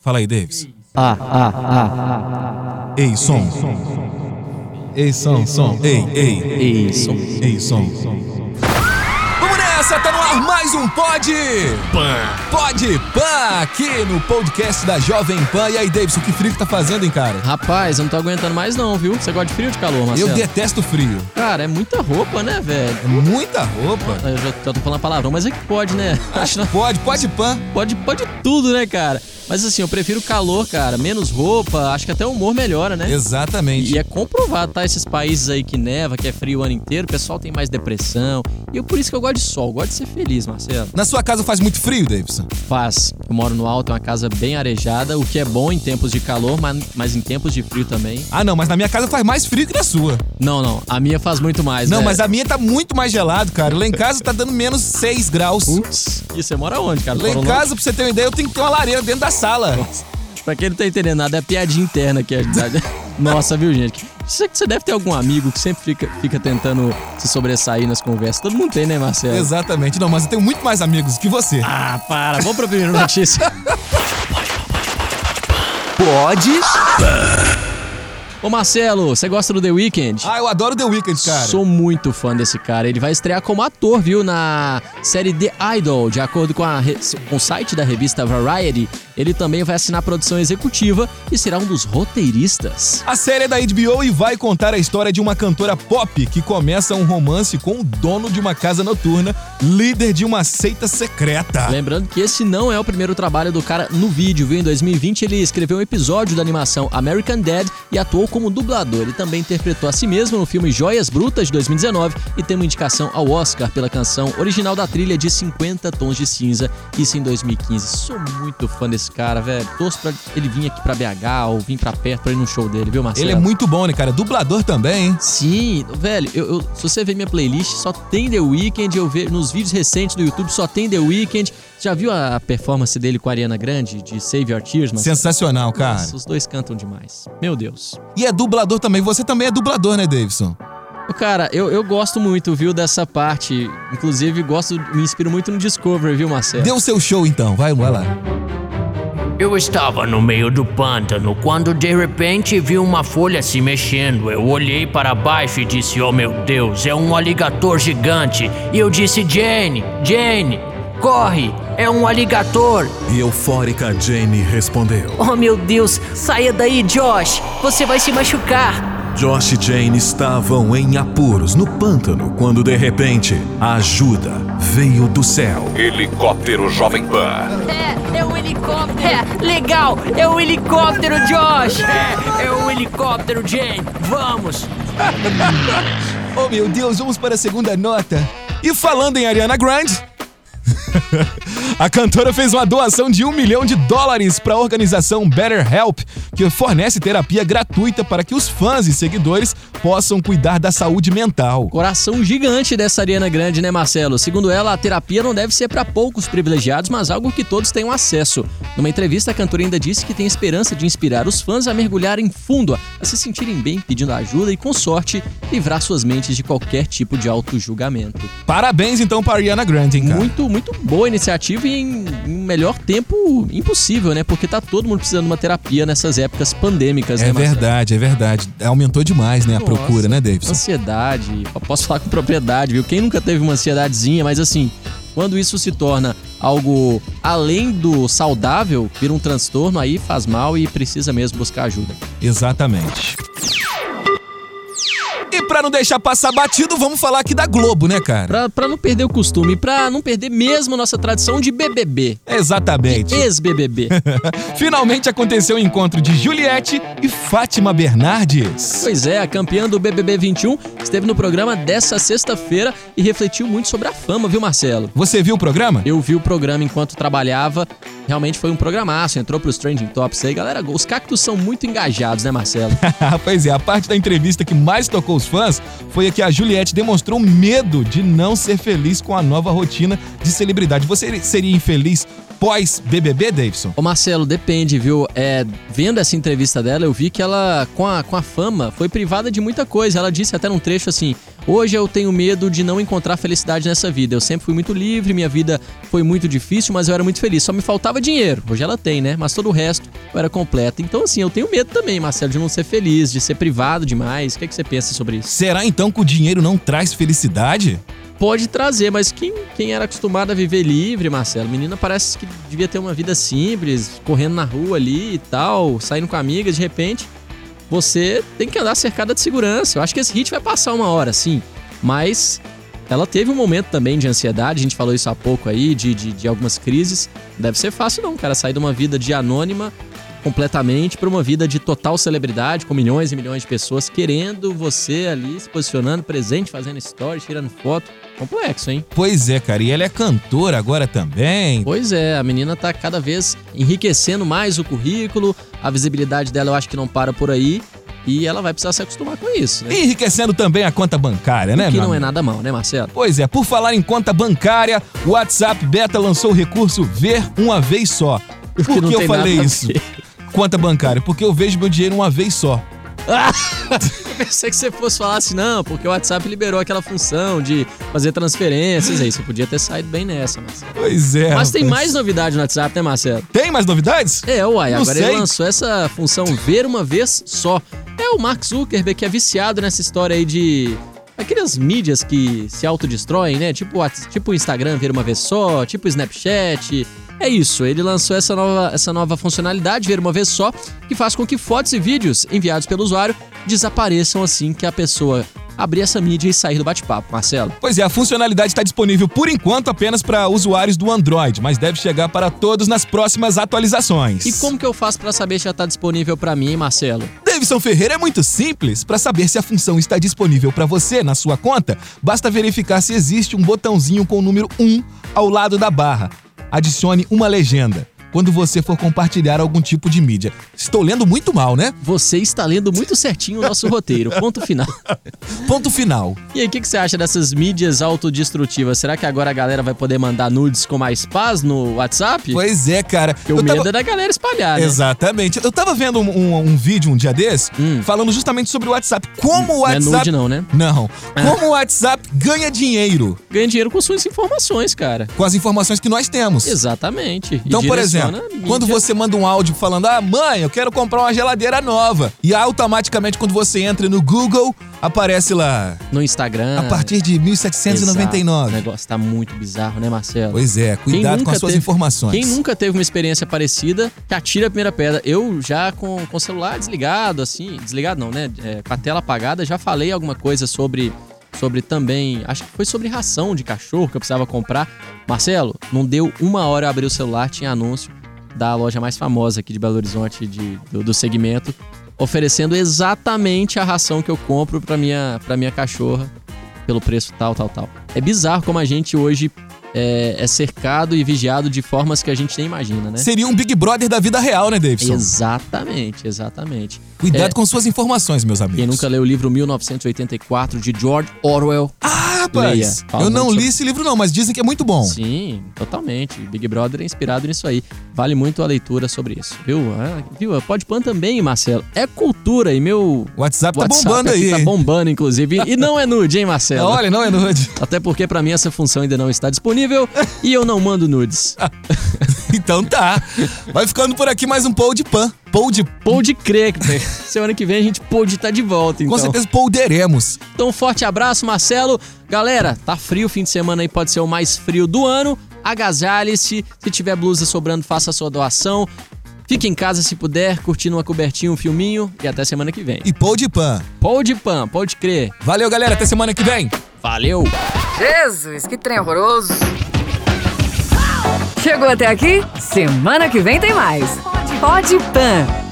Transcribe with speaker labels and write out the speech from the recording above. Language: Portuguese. Speaker 1: Fala aí, Davis.
Speaker 2: Ah, ah, ah, ah.
Speaker 1: Ei, som.
Speaker 3: Ei, som, som.
Speaker 1: Ei, ei.
Speaker 2: Ei, som.
Speaker 1: Ei, som. Vamos nessa, tá no ar mais um Pod Pan. Pod Pan, aqui no podcast da Jovem Pan. E aí, Davis, o que frio que tá fazendo, hein, cara?
Speaker 2: Rapaz, eu não tô aguentando mais não, viu? Você gosta de frio ou de calor, Marcelo?
Speaker 1: Eu detesto frio.
Speaker 2: Cara, é muita roupa, né, velho?
Speaker 1: É muita roupa.
Speaker 2: Eu já já tô falando palavrão, mas é que pode, né? Acho que
Speaker 1: Pode, pode Pan.
Speaker 2: pode, pode tudo, né, cara? Mas assim, eu prefiro calor, cara. Menos roupa, acho que até o humor melhora, né?
Speaker 1: Exatamente.
Speaker 2: E é comprovado, tá? Esses países aí que neva, que é frio o ano inteiro, o pessoal tem mais depressão. E eu, por isso que eu gosto de sol, gosto de ser feliz, Marcelo.
Speaker 1: Na sua casa faz muito frio, Davidson?
Speaker 2: Faz. Eu moro no alto, é uma casa bem arejada, o que é bom em tempos de calor, mas, mas em tempos de frio também.
Speaker 1: Ah, não, mas na minha casa faz mais frio que na sua.
Speaker 2: Não, não, a minha faz muito mais,
Speaker 1: não,
Speaker 2: né?
Speaker 1: mas a minha tá muito mais gelado, cara. Lá em casa tá dando menos 6 graus.
Speaker 2: Uh. Ups. E você mora onde, cara?
Speaker 1: Lá em
Speaker 2: Fora
Speaker 1: casa, pra você ter uma ideia, eu tenho que ter uma lareira dentro da sala.
Speaker 2: longe? Pra quem não tá entendendo nada, é piadinha interna aqui. a gente- tá- Nossa, viu, gente? Você, você deve ter algum amigo que sempre fica, fica tentando se sobressair nas conversas. Todo mundo tem, né, Marcelo?
Speaker 1: Exatamente. Não, mas eu tenho muito mais amigos que você.
Speaker 2: Ah, para. Vamos pra primeira notícia.
Speaker 3: Pode?
Speaker 2: Ô, Marcelo, você gosta do The Weeknd?
Speaker 1: Ah, eu adoro The Weeknd, cara.
Speaker 2: Sou muito fã desse cara. Ele vai estrear como ator, viu, na série The Idol. De acordo com, a re- com o site da revista Variety, ele também vai assinar a produção executiva e será um dos roteiristas.
Speaker 1: A série é da HBO e vai contar a história de uma cantora pop que começa um romance com o dono de uma casa noturna, líder de uma seita secreta.
Speaker 2: Lembrando que esse não é o primeiro trabalho do cara no vídeo, viu? Em 2020 ele escreveu um episódio da animação American Dad e atuou como dublador. Ele também interpretou a si mesmo no filme Joias Brutas de 2019 e tem uma indicação ao Oscar pela canção original da trilha de 50 Tons de Cinza, isso em 2015. Sou muito fã desse cara, velho. Torço pra ele vir aqui pra BH ou vir pra perto pra ir no show dele, viu, Marcelo?
Speaker 1: Ele é muito bom, né, cara? Dublador também, hein?
Speaker 2: Sim, velho, eu, eu- se você ver minha playlist, só tem The Weeknd, eu vejo nos vídeos recentes do YouTube, só tem The Weeknd. Já viu a performance dele com a Ariana Grande, de Save Your Tears, mas
Speaker 1: Sensacional, cara.
Speaker 2: Nossa, os dois cantam demais. Meu Deus.
Speaker 1: E é dublador também. Você também é dublador, né, Davidson?
Speaker 2: Ô, Cara, eu, eu gosto muito, viu, dessa parte. Inclusive, gosto, me inspiro muito no Discovery, viu,
Speaker 4: É.
Speaker 2: Marcelo?
Speaker 1: Dê o seu show, então. Vai, vai lá.
Speaker 5: Eu estava no meio do pântano quando de repente vi uma folha se mexendo. Eu olhei para baixo e disse: Oh meu Deus, é um aligator gigante. E eu disse: Jane, Jane, corre, é um aligator.
Speaker 4: E eufórica Jane respondeu.
Speaker 5: Oh meu Deus, saia daí, Josh, você vai se machucar.
Speaker 4: Josh e Jane estavam em apuros no pântano quando de repente a ajuda veio do céu.
Speaker 6: Helicóptero Jovem Pan.
Speaker 5: É, é um helicóptero. É, legal, é um helicóptero, Josh. É, é um helicóptero, Jane, vamos.
Speaker 1: Oh, meu Deus, vamos para a segunda nota. E falando em Ariana Grande. A cantora fez uma doação de um milhão de dólares para a organização BetterHelp, que fornece terapia gratuita para que os fãs e seguidores possam cuidar da saúde mental.
Speaker 2: Coração gigante dessa Ariana Grande, né, Marcelo? Segundo ela, a terapia não deve ser para poucos privilegiados, mas algo que todos tenham acesso. Numa entrevista, a cantora ainda disse que tem esperança de inspirar os fãs a mergulharem fundo, a se sentirem bem pedindo ajuda e, com sorte, livrar suas mentes de qualquer tipo de auto-julgamento.
Speaker 1: Parabéns então para Ariana Grande, hein, cara?
Speaker 2: Muito, muito boa iniciativa e em, em melhor tempo impossível, né? Porque tá todo mundo precisando de uma terapia nessas épocas pandêmicas,
Speaker 1: é
Speaker 2: né, Marcelo?
Speaker 1: verdade, é verdade. Aumentou demais, né, a procura,
Speaker 2: Nossa.
Speaker 1: né, Davidson?
Speaker 2: Ansiedade, eu posso falar com propriedade, viu? Quem nunca teve uma ansiedadezinha, mas assim, quando isso se torna algo além do saudável, vira um transtorno, aí faz mal e precisa mesmo buscar ajuda.
Speaker 1: Exatamente. E para não deixar passar batido, vamos falar aqui da Globo, né, cara?
Speaker 2: Pra, pra não perder o costume, pra não perder mesmo nossa tradição de BBB,
Speaker 1: Exatamente.
Speaker 2: ex-BBB.
Speaker 1: Finalmente aconteceu o encontro de Juliette e Fátima Bernardes.
Speaker 2: pois é, a campeã do BBB 21 esteve no programa dessa sexta-feira e refletiu muito sobre a fama, viu, Marcelo?
Speaker 1: Você viu o programa?
Speaker 2: Eu vi o programa enquanto trabalhava. Realmente foi um programaço. Entrou pros trending tops aí. Galera, os cactos são muito engajados, né, Marcelo?
Speaker 1: pois é, a parte da entrevista que mais tocou os fãs foi a que a Juliette demonstrou medo de não ser feliz com a nova rotina de celebridade. Você seria infeliz pós-BBB, Davidson?
Speaker 2: Ô, Marcelo, depende, viu? É, vendo essa entrevista dela, eu vi que ela, com a, com a fama, foi privada de muita coisa. Ela disse até num trecho assim: Hoje eu tenho medo de não encontrar felicidade nessa vida. Eu sempre fui muito livre, minha vida foi muito difícil, mas eu era muito feliz. Só me faltava dinheiro. Hoje ela tem, né? Mas todo o resto eu era completa. Então, assim, eu tenho medo também, Marcelo, de não ser feliz, de ser privado demais. O que, é que você pensa sobre isso?
Speaker 1: Será então que o dinheiro não traz felicidade?
Speaker 2: Pode trazer, mas quem, quem era acostumado a viver livre, Marcelo? Menina parece que devia ter uma vida simples, correndo na rua ali e tal, saindo com amigas, de repente você tem que andar cercada de segurança. Eu acho que esse hit vai passar uma hora, sim. Mas ela teve um momento também de ansiedade, a gente falou isso há pouco aí, de, de, de algumas crises. Não deve ser fácil não, cara, sair de uma vida de anônima completamente para uma vida de total celebridade, com milhões e milhões de pessoas querendo você ali, se posicionando presente, fazendo stories, tirando foto. Complexo, hein?
Speaker 1: Pois é, cara. E ela é cantora agora também.
Speaker 2: Pois é, a menina tá cada vez enriquecendo mais o currículo, a visibilidade dela eu acho que não para por aí. E ela vai precisar se acostumar com isso, né?
Speaker 1: E enriquecendo também a conta bancária, né,
Speaker 2: que
Speaker 1: meu
Speaker 2: não é
Speaker 1: amigo?
Speaker 2: nada mal, né, Marcelo?
Speaker 1: Pois é, por falar em conta bancária, o WhatsApp Beta lançou o recurso Ver uma vez só. Por
Speaker 2: não
Speaker 1: que eu
Speaker 2: tem
Speaker 1: falei
Speaker 2: nada a
Speaker 1: isso?
Speaker 2: ver.
Speaker 1: Conta bancária, porque eu vejo meu dinheiro uma vez só.
Speaker 2: Eu pensei que você fosse falar assim, não, porque o WhatsApp liberou aquela função de fazer transferências aí. Você podia ter saído bem nessa, Marcelo.
Speaker 1: Pois é.
Speaker 2: Mas tem
Speaker 1: rapaz.
Speaker 2: mais novidade no WhatsApp, né, Marcelo?
Speaker 1: Tem mais novidades?
Speaker 2: É, uai,
Speaker 1: Não
Speaker 2: agora
Speaker 1: sei.
Speaker 2: ele lançou essa função ver uma vez só. É o Mark Zuckerberg que é viciado nessa história aí de. Aquelas mídias que se autodestroem, né? Tipo o Whats- tipo o Instagram ver uma vez só, tipo o Snapchat. É isso, ele lançou essa nova, essa nova funcionalidade, ver uma vez só, que faz com que fotos e vídeos enviados pelo usuário desapareçam assim que a pessoa abrir essa mídia e sair do bate-papo, Marcelo.
Speaker 1: Pois é, a funcionalidade está disponível por enquanto apenas para usuários do Android, mas deve chegar para todos nas próximas atualizações.
Speaker 2: E como que eu faço pra saber se já tá disponível pra mim, hein, Marcelo?
Speaker 1: Davidson Ferreira é muito simples. Para saber se a função está disponível para você na sua conta, basta verificar se existe um botãozinho com o número 1 ao lado da barra. Adicione uma legenda quando você for compartilhar algum tipo de mídia. Estou lendo muito mal, né?
Speaker 2: Você está lendo muito certinho o nosso roteiro. Ponto final.
Speaker 1: Ponto final.
Speaker 2: E aí, o que, que você acha dessas mídias autodestrutivas? Será que agora a galera vai poder mandar nudes com mais paz no WhatsApp?
Speaker 1: Pois é, cara.
Speaker 2: Porque o
Speaker 1: Eu
Speaker 2: medo
Speaker 1: tava-
Speaker 2: é da galera espalhar, né?
Speaker 1: Exatamente. Eu tava vendo um, um- um vídeo um dia desse falando justamente sobre o WhatsApp. Como o
Speaker 2: Hum. Não é
Speaker 1: WhatsApp.
Speaker 2: nude não, né?
Speaker 1: Não. Como o WhatsApp ganha dinheiro
Speaker 2: Ganha dinheiro com suas informações, cara.
Speaker 1: com as informações que nós temos.
Speaker 2: Exatamente. E
Speaker 1: Então, por
Speaker 2: direciona
Speaker 1: exemplo,
Speaker 2: a mídia.
Speaker 1: quando você manda um áudio falando, ah, mãe, eu quero comprar uma geladeira nova. E automaticamente, quando você entra no Google, aparece lá,
Speaker 2: No Instagram...
Speaker 1: a partir de
Speaker 2: Ah, Exato. O
Speaker 1: 1799.
Speaker 2: negócio tá muito bizarro, né, Marcelo?
Speaker 1: Pois é,
Speaker 2: Quem
Speaker 1: cuidado com
Speaker 2: nunca
Speaker 1: as suas
Speaker 2: teve-
Speaker 1: informações.
Speaker 2: Quem nunca teve uma experiência parecida, que atira a primeira pedra. Eu já com, com o celular desligado, assim, desligado não, né? É, com a tela apagada, já falei alguma coisa sobre, sobre também, acho que foi sobre ração de cachorro que eu precisava comprar. Marcelo, não deu uma hora eu abrir o celular, tinha anúncio da loja mais famosa aqui de Belo Horizonte de- do, do segmento, oferecendo exatamente a ração que eu compro pra minha, pra minha cachorra pelo preço tal, tal, tal. É bizarro como a gente hoje é, é cercado e vigiado de formas que a gente nem imagina, né?
Speaker 1: Seria um Big Brother da vida real, né, Davidson?
Speaker 2: Exatamente, exatamente.
Speaker 1: Cuidado
Speaker 2: É.
Speaker 1: com suas informações, meus amigos.
Speaker 2: Quem nunca leu o livro 1984 de George Orwell?
Speaker 1: Ah,
Speaker 2: Leia.
Speaker 1: rapaz,
Speaker 2: Fala
Speaker 1: eu
Speaker 2: muito
Speaker 1: não
Speaker 2: sobre-
Speaker 1: li esse livro não, mas dizem que é muito bom.
Speaker 2: Sim, totalmente. Big Brother é inspirado nisso aí. Vale muito a leitura sobre isso, viu? Ah, viu? Pode pan também, Marcelo. É cultura e meu
Speaker 1: O WhatsApp tá
Speaker 2: WhatsApp
Speaker 1: bombando
Speaker 2: aqui
Speaker 1: aí.
Speaker 2: Tá
Speaker 1: hein?
Speaker 2: bombando, inclusive. E não é nude, hein, Marcelo?
Speaker 1: Olha, não é nude.
Speaker 2: Até porque pra mim essa função ainda não está disponível e eu não mando nudes.
Speaker 1: Então tá. Vai ficando por aqui mais um Pou de Pan. Pou de...
Speaker 2: Pode crer que semana que vem a gente pode estar de volta,
Speaker 1: Com
Speaker 2: então.
Speaker 1: certeza polderemos.
Speaker 2: Então, um forte abraço, Marcelo. Galera, tá frio o fim de semana aí, pode ser o mais frio do ano. Agasalhe-se. Se tiver blusa sobrando, faça a sua doação. Fique em casa se puder, curtindo uma cobertinha, um filminho. E até semana que vem.
Speaker 1: E Pou de Pan.
Speaker 2: Pode pan, pode crer.
Speaker 1: Valeu, galera. Até semana que vem.
Speaker 2: Valeu!
Speaker 7: Jesus, que trem horroroso. Chegou até aqui? Semana que vem tem mais. Pode Pan.